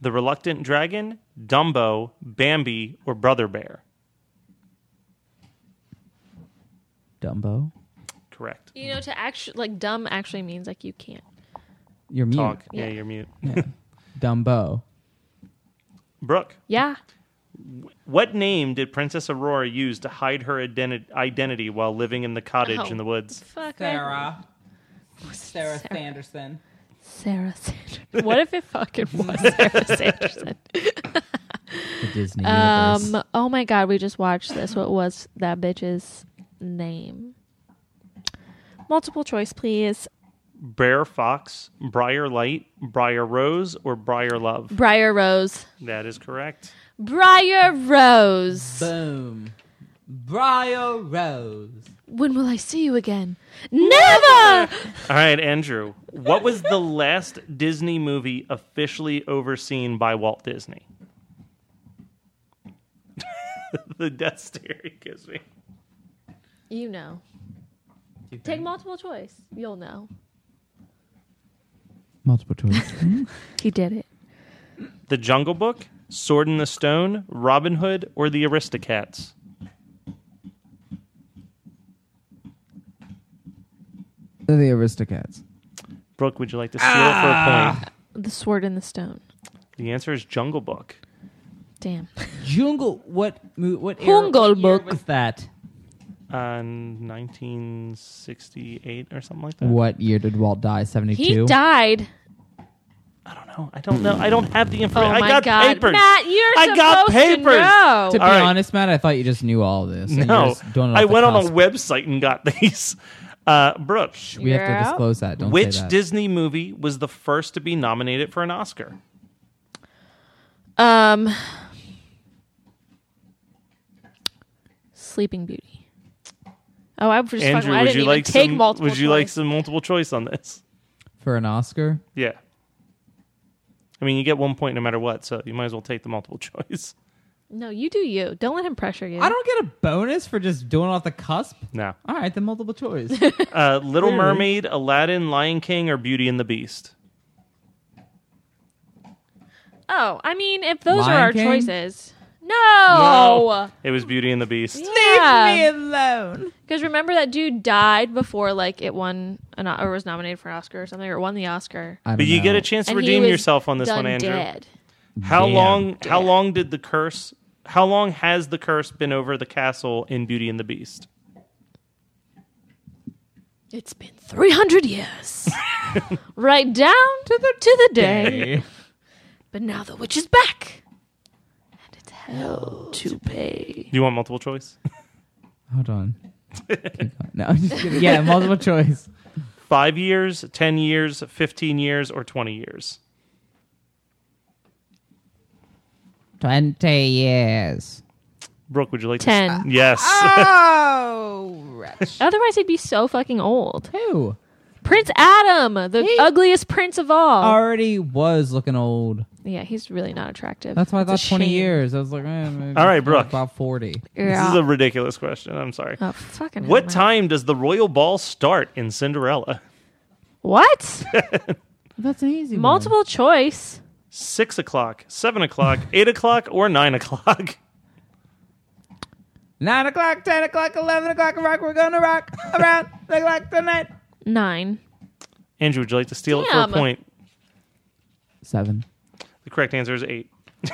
The Reluctant Dragon, Dumbo, Bambi, or Brother Bear? Dumbo. Correct. You know, to actually like dumb actually means like you can't. You're mute. Talk. Yeah, Yeah. you're mute. Dumbo. Brooke, Yeah. what name did Princess Aurora use to hide her identi- identity while living in the cottage Oh. in the woods? Fuck. Sarah Sarah. Sanderson. Sarah Sanderson. What if it fucking was Sarah Sanderson? The Disney universe. Um. Oh my God, we just watched this. What was that bitch's name? Multiple choice, please. Brer Fox, Briar Light, Briar Rose, or Briar Love? Briar Rose. That is correct. Briar Rose. Boom. Briar Rose. when will I see you again? Never. All right, Andrew, what was the last Disney movie officially overseen by Walt Disney? the death stare he gives me. You know. Take multiple choice. You'll know. Multiple choice. He did it. The Jungle Book, Sword in the Stone, Robin Hood, or The Aristocats? They're the Aristocats. Brooke, would you like to steal it for a point? The sword and the stone. The answer is Jungle Book. Damn. Jungle. What? mo- What? Era, Jungle what year Book. was that? Uh, 1968 or something like that. What year did Walt die? He Seventy-two. died. I don't know. I don't know. I don't have the Oh information. I my got god. papers. Matt, you're I supposed got to papers. know. To be All right. honest, Matt, I thought you just knew all this. and you No, just doing it I off the went on a cusp. website and got these. Uh, Brooke, We have Yeah. to disclose that. Don't which say that. Disney movie was the first to be nominated for an Oscar? Um Sleeping Beauty. Oh, I was just fucking, Andrew, I would didn't you even like take some, multiple Would you choice. like some multiple choice on this? for an Oscar? Yeah. I mean, you get one point no matter what, so you might as well take the multiple choice. No, you do you. Don't let him pressure you. I don't get a bonus for just doing it off the cusp. No. All right, the multiple choice. Uh, Little Clearly. Mermaid, Aladdin, Lion King, or Beauty and the Beast? Oh, I mean if those Lion are our King? choices. No. It was Beauty and the Beast. alone. Because remember that dude died before like it won an, or was nominated for an Oscar or something or won the Oscar. I don't But you know. get a chance to And he redeem was yourself on this done one, Andrew. Dead. How Damn. long? How long did the curse? How long has the curse been over the castle in Beauty and the Beast? It's been 300 years. right down to the to the day. But now the witch is back. And it's hell to pay. Do you want multiple choice? Hold on. Keep going. no, I'm just kidding. Yeah, multiple choice. Five years, ten years, fifteen years, or twenty years? Twenty years. Brooke, would you like to- 10. Yes. Ah! Oh, wretch. Otherwise he'd be so fucking old. Who Prince Adam, the ugliest prince of all. already was looking old? yeah, he's really not attractive. That's why I It's a thought twenty shame. years. I was like, eh, maybe All right, Brooke. about forty. This Yeah. is a ridiculous question. I'm sorry. oh, fucking hell, What Matt. time does the royal ball start in Cinderella? What? That's an easy Multiple choice. Six o'clock, seven o'clock, eight o'clock, or nine o'clock? one. Nine o'clock, ten o'clock, eleven o'clock. Rock, we're gonna rock around the clock tonight. Nine. Andrew, would you like to steal it for Damn. a point? Seven. The correct answer is eight.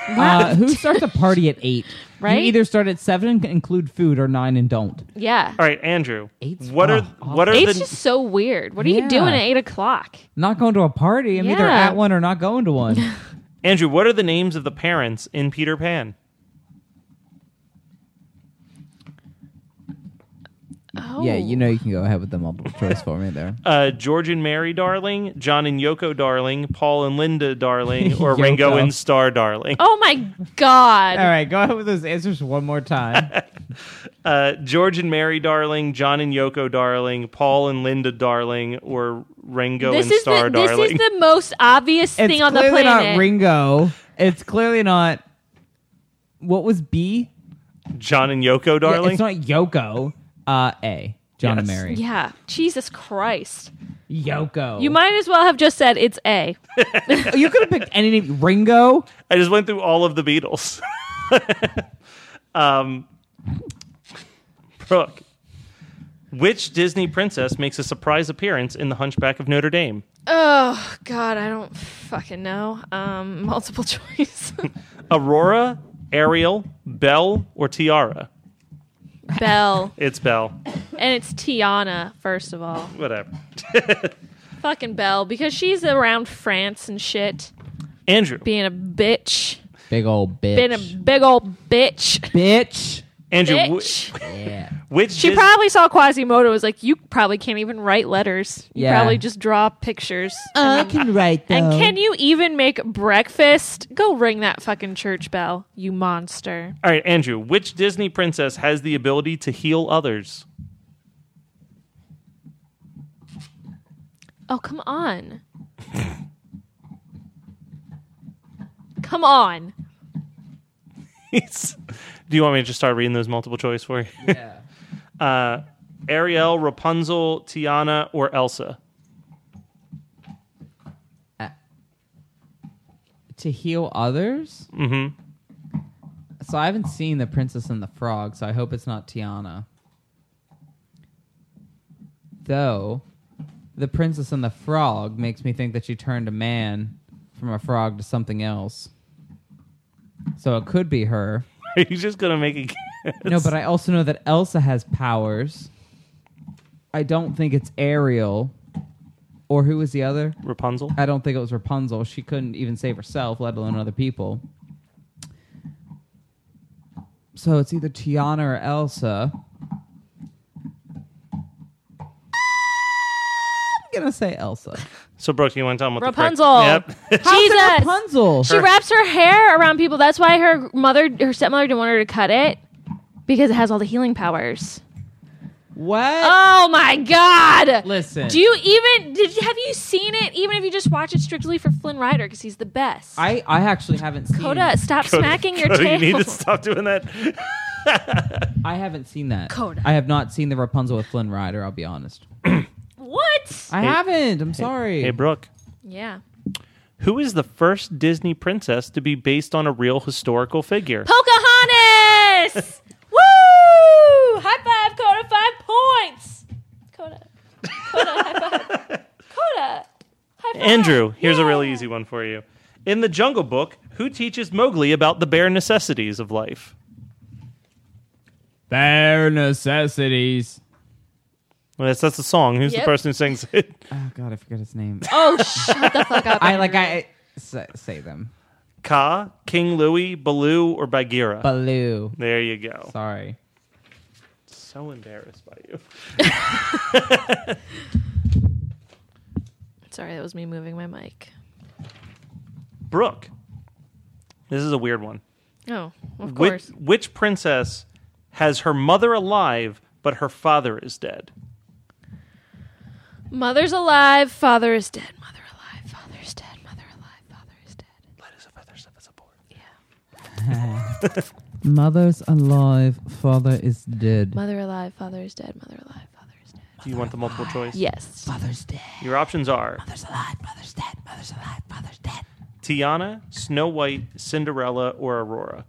Uh, who starts a party at eight? Right? You either start at seven and include food, or nine and don't. Yeah. All right, Andrew. Eight's what are fuck. what are Eight's the just so weird. What are you Yeah. doing at eight o'clock? Not going to a party. I'm either Yeah. at one or not going to one. Andrew? What are the names of the parents in Peter Pan? Oh. Yeah, you know you can go ahead with the multiple choice for me there. Uh, George and Mary, darling. John and Yoko, darling. Paul and Linda, darling. Or Yoko. Ringo and Star, darling. Oh my god. All right, go ahead with those answers one more time. Uh, George and Mary, darling. John and Yoko, darling. Paul and Linda, darling. Or Ringo This and is Star, the this darling. is the most obvious It's thing on the clearly planet. not Ringo. It's clearly not. What was B? John and Yoko, Yeah, darling. it's not Yoko. Uh, A. John and Yes. Mary. yeah. Jesus Christ. Yoko. You might as well have just said it's A. You could have picked any name. Ringo. I just went through all of the Beatles. um, Brooke, which Disney princess makes a surprise appearance in The Hunchback of Notre Dame? Oh god, I don't fucking know. Um multiple choice. Aurora, Ariel, Belle, or Tiara? Belle. It's Belle. And it's Tiana, first of all. Whatever. Fucking Belle, because she's around France and shit, Andrew. being a bitch. Big old bitch. Being a big old bitch. bitch. Andrew, wh- bitch. Yeah. which She Dis- probably saw Quasimodo and was like, You probably can't even write letters. You Yeah. probably just draw pictures. I can write Uh, And can you even make breakfast? Go ring that fucking church bell, you monster. All right, Andrew, which Disney princess has the ability to heal others? Oh, come on. come on. Do you want me to just start reading those multiple choice for you? Yeah. uh, Ariel, Rapunzel, Tiana, or Elsa? Uh, to heal others? Mm-hmm. So I haven't seen The Princess and the Frog, so I hope it's not Tiana. Though, The Princess and the Frog makes me think that she turned a man from a frog to something else. So it could be her. Are you just gonna make a guess? No, but I also know that Elsa has powers. I don't think it's Ariel. Or who was the other? Rapunzel? I don't think it was Rapunzel. She couldn't even save herself, let alone other people. So it's either Tiana or Elsa. I'm gonna say Elsa. So Brooke, you want to tell them what Rapunzel. The correct- yep. Jesus. Rapunzel. She wraps her hair around people. That's why her mother, her stepmother, didn't want her to cut it because it has all the healing powers. What? Oh my God! Listen. do you even did you, have you seen it? Even if you just watch it strictly for Flynn Rider because he's the best. I I actually haven't seen. Coda, stop Coda- smacking your Coda, tail. You need to stop doing that. I haven't seen that. Coda. I have not seen the Rapunzel with Flynn Rider. I'll be honest. What? I haven't. I'm sorry. Hey Brooke, yeah. who is the first Disney princess to be based on a real historical figure? Pocahontas. Woo! High five, Coda. Five points. Coda. Coda. High five. Coda. High five. Andrew, here's a really Yeah. easy one for you. In the Jungle Book, who teaches Mowgli about the bare necessities of life? Their necessities. Well, that's that's the song. Who's Yep. the person who sings it? Oh God, I forgot his name. Oh, shut the fuck up. I like I say, say them. Ka, King Louis, Baloo, or Bagheera? Baloo. there you go. Sorry. So embarrassed by you. Sorry, that was me moving my mic. Brooke. This is a weird one. Oh, of Which, course. which princess has her mother alive but her father is dead? Mother's alive, father is dead. Mother alive, father is dead. Mother alive, father is dead. Light as a feather, stiff as a board. Mother's alive, father is dead. Mother alive, father is dead. Mother alive, father is dead. Do you want the multiple choice? Yes. Father's dead. Your options are Mother's alive, mother's dead, mother's alive, father's dead. Tiana, Snow White, Cinderella, or Aurora.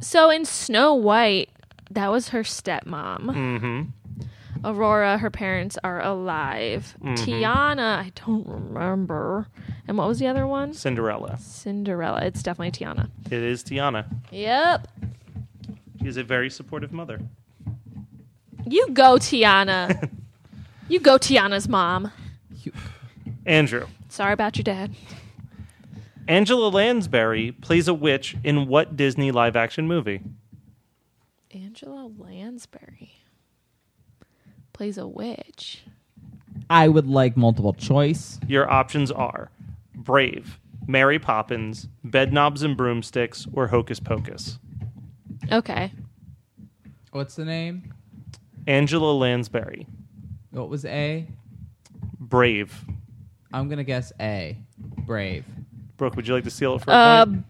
So in Snow White, that was her stepmom. Mm-hmm. Aurora, her parents are alive. Tiana, I don't remember. And what was the other one? Cinderella. Cinderella. It's definitely Tiana. It is Tiana. Yep. She's a very supportive mother. You go, Tiana. you go, Tiana's mom. You- Andrew. Sorry about your dad. Angela Lansbury plays a witch in what Disney live action movie? Angela Lansbury plays a witch. I would like multiple choice. Your options are Brave, Mary Poppins, Bedknobs and Broomsticks, or Hocus Pocus. Okay. What's the name? Angela Lansbury. What was A? Brave. I'm gonna guess A. Brave. Brooke, would you like to steal it for a Uh, point?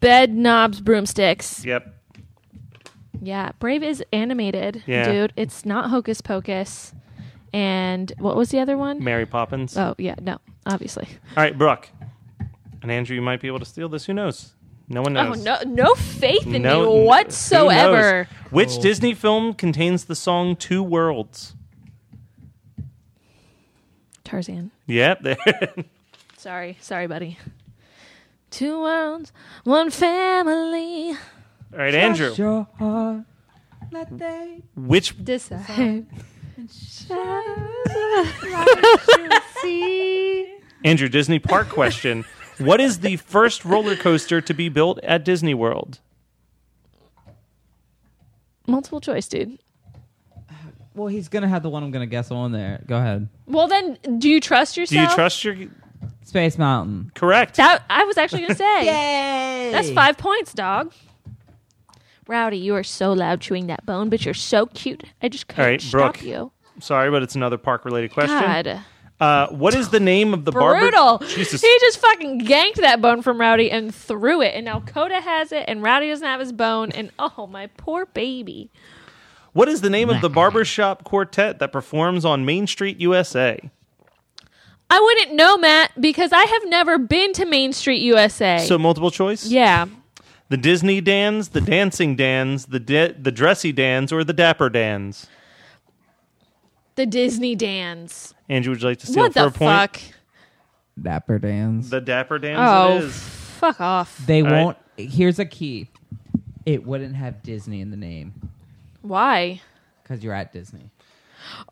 bed knobs, broomsticks. Yep. Yeah, Brave is animated, Yeah. dude. It's not Hocus Pocus. And what was the other one? Mary Poppins. oh, yeah, no, obviously. All right, Brooke. And Andrew, you might be able to steal this. Who knows? No one knows. Oh, no, no faith in No- you who whatsoever. knows? Which Disney film contains the song Two Worlds? Tarzan. Yep. there- Sorry, sorry, buddy. Two worlds, one family. All right, Andrew. Crush your heart. Let they Which Decide. Andrew Disney park question. What is the first roller coaster to be built at Disney World? Multiple choice, dude. Well, he's gonna have the one I'm gonna guess on there. Go ahead. Well, then, do you trust Do you yourself? trust your Space Mountain. correct? That I was actually gonna say. Yay! That's five points, dog. Rowdy, you are so loud chewing that bone, but you're so cute. I just couldn't All right, stop Brooke, you. Sorry, but it's another park related question. God, Uh, what is the name of the brutal. barber? Jesus. He just fucking ganked that bone from Rowdy and threw it, and now Coda has it, and Rowdy doesn't have his bone, and oh my poor baby. What is the name of the barbershop quartet that performs on Main Street, USA? I wouldn't know, Matt, because I have never been to Main Street, USA. So multiple choice? yeah, The Disney Dans, the Dancing Dans, the de- the Dressy Dans, or the Dapper Dans? the Disney dance. Andrew, would you like to steal what for the a point? fuck? Dapper Dan's. The Dapper Dans Oh, it is. fuck off. they All right. won't. Here's a key. It wouldn't have Disney in the name Why? because you're at Disney.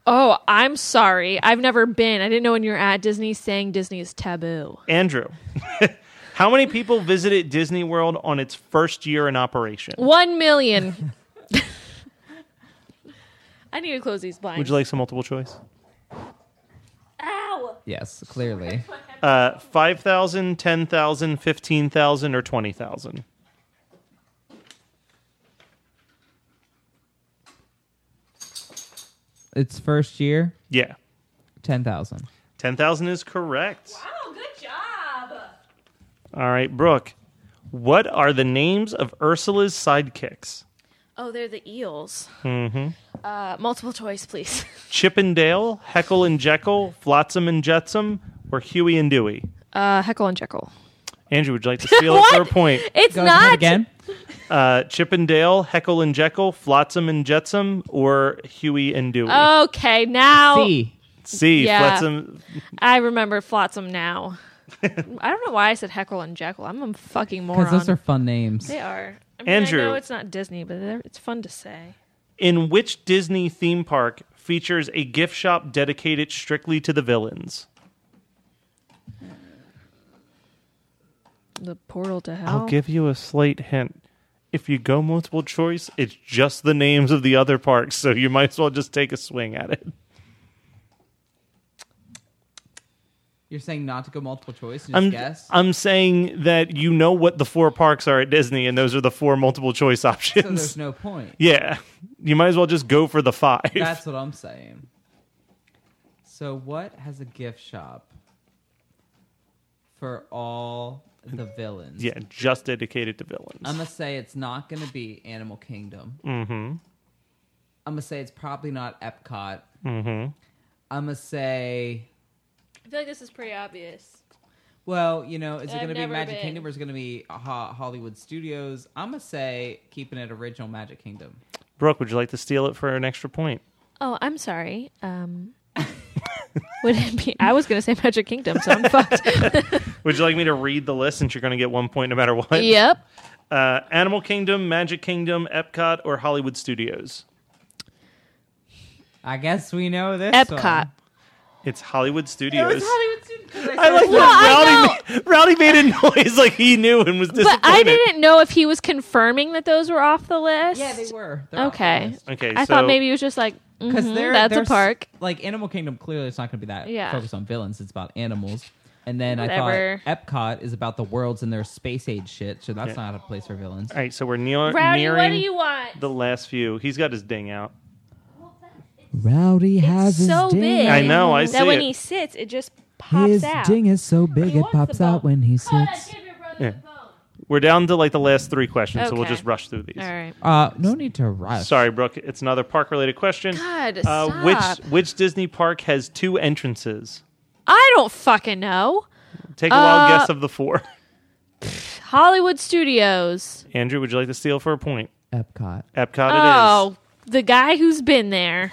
Oh, I'm sorry. I've never been. I didn't know when you're at Disney saying Disney is taboo. Andrew, how many people visited Disney World on its first year in operation? One million. I need to close these blinds. Would you like some multiple choice? Ow! Yes, clearly. Uh, 5,000, 10,000, 15,000, or 20,000? It's first year, Yeah. ten thousand. 10,000 is correct. Oh, good job. All right, Brooke, what are the names of Ursula's sidekicks? Oh, they're the eels. Mm-hmm. Uh, multiple choice, please. Chippendale, Heckle and Jekyll, Flotsam and Jetsam, or Huey and Dewey? Uh, Heckle and Jekyll. Andrew, would you like to steal it for a What? point? It's Go not ahead again. Uh, Chippendale, Heckle and Jekyll, Flotsam and Jetsam, or Huey and Dewey? Okay, now C. C, Oh, yeah. Flotsam, I remember Flotsam now. I don't know why I said Heckle and Jekyll. I'm a fucking moron. Because those are fun names. they are. I mean, Andrew. I know it's not Disney, but they're- it's fun to say. In which Disney theme park features a gift shop dedicated strictly to the villains? The portal to hell. I'll give you a slight hint. If you go multiple choice, it's just the names of the other parks, so you might as well just take a swing at it. You're saying not to go multiple choice and just I'm guess. I'm saying that you know what the four parks are at Disney, and those are the four multiple choice so options. there's no point. yeah, you might as well just go for the five. That's what I'm saying. So what has a gift shop for all the villains? yeah, just dedicated to villains. I'm gonna say it's not gonna be Animal Kingdom. mm-hmm. I'm gonna say it's probably not Epcot. Mm-hmm. I'm gonna say, I feel like this is pretty obvious. well, you know, is it I've gonna be never Magic been. Kingdom or is it gonna be Ho- Hollywood Studios? I'm gonna say keeping it original Magic Kingdom. Brooke, would you like to steal it for an extra point? Oh, I'm sorry. Um, would it be? I was going to say Magic Kingdom, so I'm fucked. Would you like me to read the list since you're going to get one point no matter what? yep. Uh, Animal Kingdom, Magic Kingdom, Epcot, or Hollywood Studios? I guess we know this. Epcot. one. It's Hollywood Studios. I like Well, I Rowdy, ma- Rowdy made a noise like he knew and was know, disappointed. but I didn't know if he was confirming that those were off the list. Yeah, they were. Okay. Okay, I so thought maybe it was just like Because mhm, they're that's they're a s- park. Like Animal Kingdom, clearly it's not going to be that Yeah. focused on villains. It's about animals. And then Whatever. I thought Epcot is about the worlds and their space age shit. So that's Yeah. not a place for villains. All right, so we're near, Rowdy, nearing what do you want? the last few. He's got his ding out. Rowdy has It's so big. I know, I see that when it. he sits, it just pops out. is so big He it wants pops the out bone. when he Yeah. We're down to like the last three questions, so we'll Okay. just rush through these. All right. Uh, no need to rush. Sorry, Brooke. It's another park-related question. God, uh, stop. which which Disney park has two entrances? I don't fucking know. Take a wild Uh, guess of the four. Hollywood Studios. Andrew, would you like to steal for a point? Epcot. Epcot, it Oh, the guy who's been there.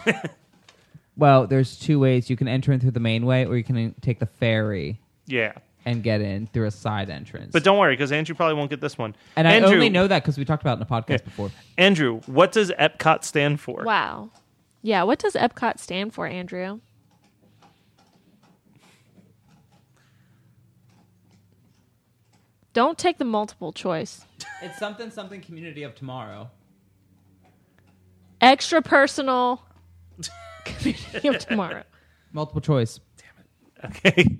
Well, there's two ways you can enter in through the main way, or you can in- take the ferry is. Yeah, and get in through a side entrance. but don't worry because Andrew probably won't get this one. and I Andrew, only know that because we talked about it in a podcast before. Andrew, what does Epcot stand for? wow. Yeah, what does Epcot stand for, Andrew? Don't take the multiple choice. It's something, something community of tomorrow. Extra personal community of tomorrow. Multiple choice. Okay.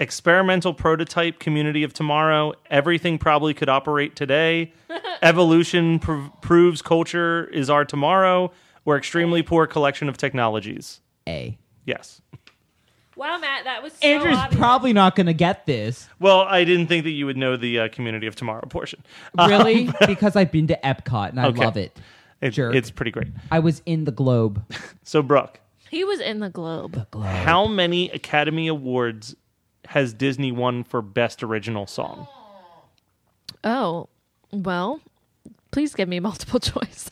Experimental prototype community of tomorrow. Everything probably could operate today. Evolution prov- proves culture is our tomorrow. We're extremely poor collection of technologies. A. Yes. Wow, Matt, that was so Andrew's Oh, obvious. probably not going to get this, Well, I didn't think that you would know the uh, community of tomorrow portion. Uh, really, because I've been to Epcot and I Okay. love it. it- Jerk. It's pretty great. I was in the globe. So, Brooke, He was in the Globe. globe. how many Academy Awards has Disney won for Best Original Song? Oh, well, please give me multiple choice.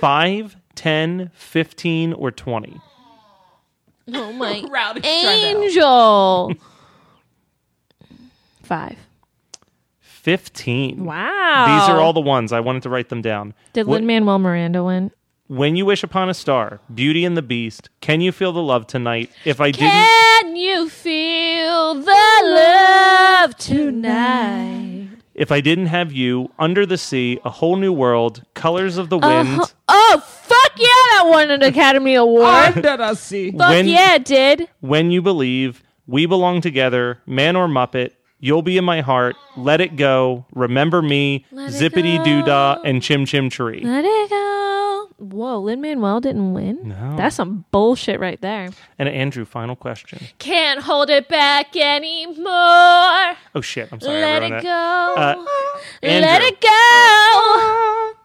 Five, ten, fifteen, or 20? Oh my Rowdy's trying to angel. Five. 15. Wow. These are all the ones. I wanted to write them down. Oh. Did Wh- Lin Manuel Miranda win? when You Wish Upon a Star, Beauty and the Beast, Can You Feel the Love Tonight? If I Didn't. Can you feel the love tonight? If I didn't have you, Under the Sea, A Whole New World, Colors of the Wind, Oh, oh, fuck yeah, that won an Academy Award. Under the sea. Oh, fuck when- yeah, it did. When You Believe, We Belong Together, Man or Muppet, You'll Be in My Heart, Let It Go, Remember Me, Let It Zippity Doo Dah, and Chim Chim Tree. Let it go. Whoa, Lin Manuel didn't win? No. That's some bullshit right there. And Andrew, final question. Can't hold it back anymore. Oh shit, I'm sorry. I Let ruined it Uh, go. that. Let Andrew. it go.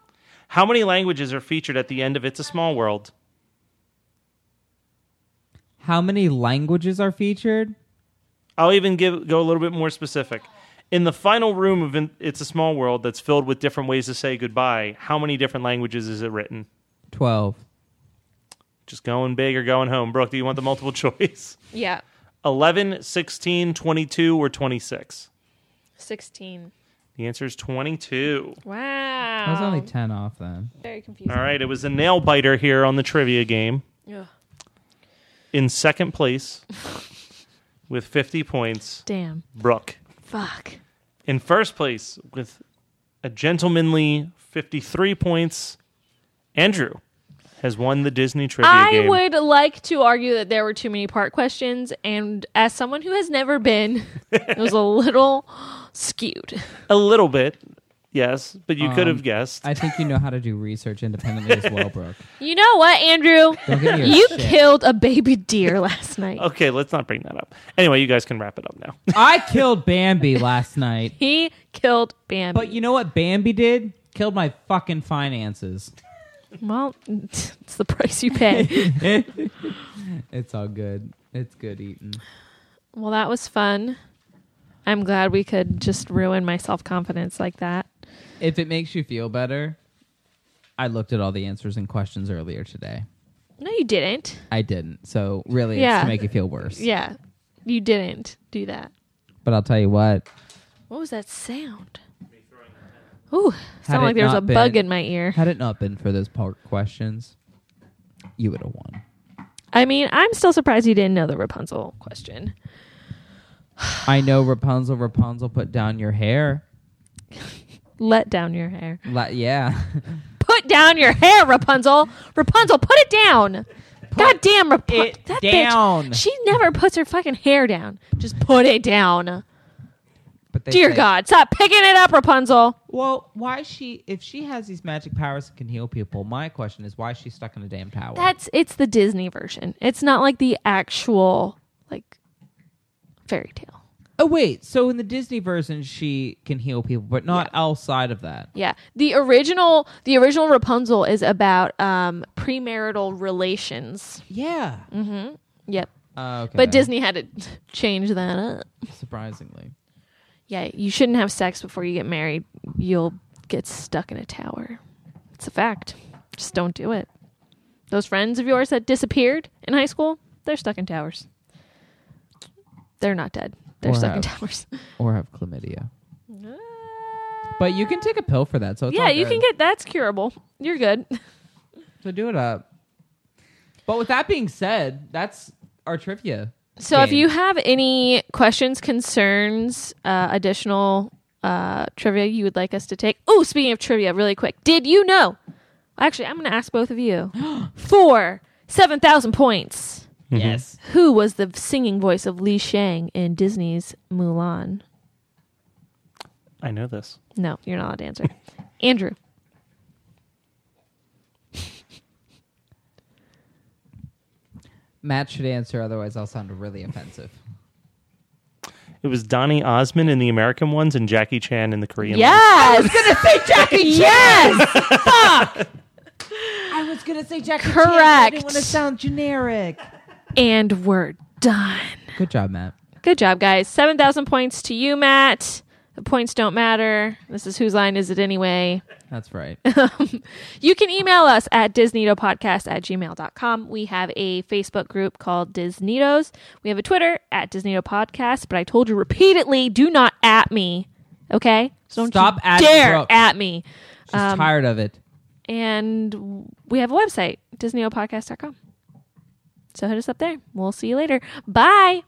How many languages are featured at the end of It's a Small World? How many languages are featured? I'll even give go a little bit more specific. In the final room of In- It's a Small World that's filled with different ways to say goodbye, how many different languages is it written? Twelve. Just going big or going home. Brooke, do you want the multiple choice? Yeah. 11, 16, 22, or 26? 16. The answer is 22. Wow. I was only ten off then. very confusing. All right, it was a nail biter here on the trivia game. Ugh. In second place with 50 points, Damn. Brooke. Fuck. in first place with a gentlemanly 53 points. Andrew has won the Disney trivia I game. would like to argue that there were too many part questions, and as someone who has never been, it was a little skewed. A little bit, yes, but you could have guessed. I think you know how to do research independently as well, Brooke. You know what, Andrew? Don't give me your You shit. killed a baby deer last night. okay, let's not bring that up. Anyway, you guys can wrap it up now. I killed Bambi last night. He killed Bambi. But you know what Bambi did? Killed my fucking finances. well, it's the price you pay. It's all good. It's good eating. well, that was fun. I'm glad we could just ruin my self confidence like that. If it makes you feel better, I looked at all the answers and questions earlier today. No, you didn't. I didn't. So really, it's Yeah. to make you feel worse. Yeah, you didn't do that. But I'll tell you what. What was that sound? Ooh, Had sounded it like there was not a bug been- in my ear. Had it not been for those park questions, you would have won. I mean, I'm still surprised you didn't know the Rapunzel question. I know Rapunzel. Rapunzel, put down your hair. Let down your hair. Like, yeah, Put down your hair, Rapunzel. Rapunzel, put it down. God damn, Rapunzel. it That down. bitch. She never puts her fucking hair down. Just put it down. but they Dear say- God, stop picking it up, Rapunzel. Well, why she? If she has these magic powers and can heal people, my question is why is she stuck in a damn tower? That's it's the Disney version. It's not like the actual like fairy tale. oh wait, so in the Disney version, she can heal people, but not outside of that. Yeah. The original the original Rapunzel is about um premarital relations. Yeah. Yep. Uh, Mm-hmm. okay. But Disney had to change that up. surprisingly. Yeah, you shouldn't have sex before you get married. You'll get stuck in a tower. It's a fact. Just don't do it. Those friends of yours that disappeared in high school, they're stuck in towers. They're not dead. They're Or stuck in have- towers. or have chlamydia. But you can take a pill for that, so it's Uh, yeah, all you good. can get that's curable. You're good. so do it up. But with that being said, that's our trivia. So if game. you have any questions, concerns, uh, additional uh, trivia you would like us to take. Oh, speaking of trivia, really quick, did you know? Actually, I'm going to ask both of you for seven thousand points. yes, Who was the singing voice of Li Shang in Disney's Mulan? I know this. No, you're not allowed to answer. Andrew, Matt should answer, otherwise I'll sound really offensive. It was Donny Osmond in the American ones and Jackie Chan in the Korean. yes, gonna say Jackie. yes, I was gonna say Jackie. Chan, but I didn't Correct. wanna sound generic. and we're done. Good job, Matt. Good job, guys. 7,000 points to you, Matt. The points don't matter. This is whose line is it anyway? That's right. You can email us at disneytopodcast at gmail.com. We have a Facebook group called Disneytos. We have a Twitter at Disneytopodcast, but I told you repeatedly, do not at me. Okay? So don't Stop you atting dare Brooke. at me. She's Um, tired of it. And we have a website, disneyopodcast.com. So hit us up there. We'll see you later. Bye.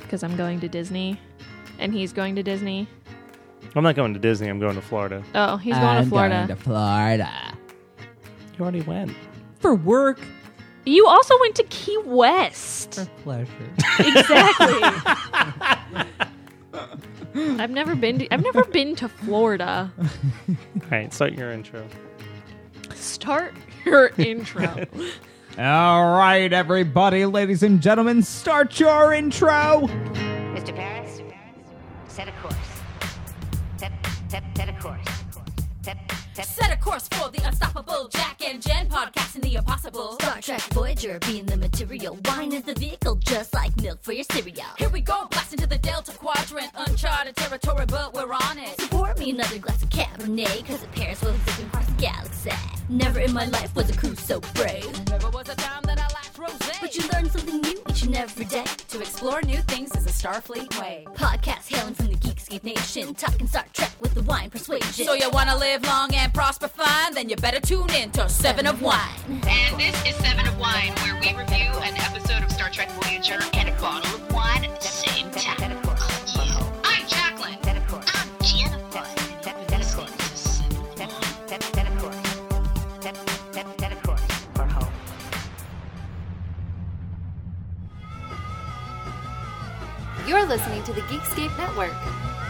Because I'm going to Disney and he's going to Disney. One. I'm not going to Disney. I'm going to Florida. Oh, he's going I'm to Florida. Going to Florida You already went. for work. You also went to Key West. Pleasure. exactly. I've never been to, I've never been to Florida. All right, start your intro. Start your intro. All right, everybody, ladies and gentlemen, start your intro. Mr. Paris, set a course. Set, set, set a course. Set, set, Set a course for the unstoppable Jack and Jen podcasting the impossible. Star Trek Voyager being the material. Wine is the vehicle, just like milk for your cereal. Here we go, blasting to the Delta Quadrant, uncharted territory, but we're on it. So pour me another glass of Cabernet, cause it pairs well with zipping across the galaxy. Never in my life was a crew so brave. Never was a time that I lacked rosé. But you learn something new each and every day. to explore new things is a Starfleet way. Podcast hailing from the Geekscape Nation, talking Star Trek with the wine persuasion. So you wanna live long and prosper fine? Then you better tune in to Seven of Wine. And this is Seven of Wine, where we review an episode of Star Trek Voyager and a bottle of wine at the same set, time. set a course. I'm Jacqueline. Set a course. I'm Jennifer. Set, set a course. Set, set, set a course. Set, set, set a course for home. You're listening to the Geekscape Network.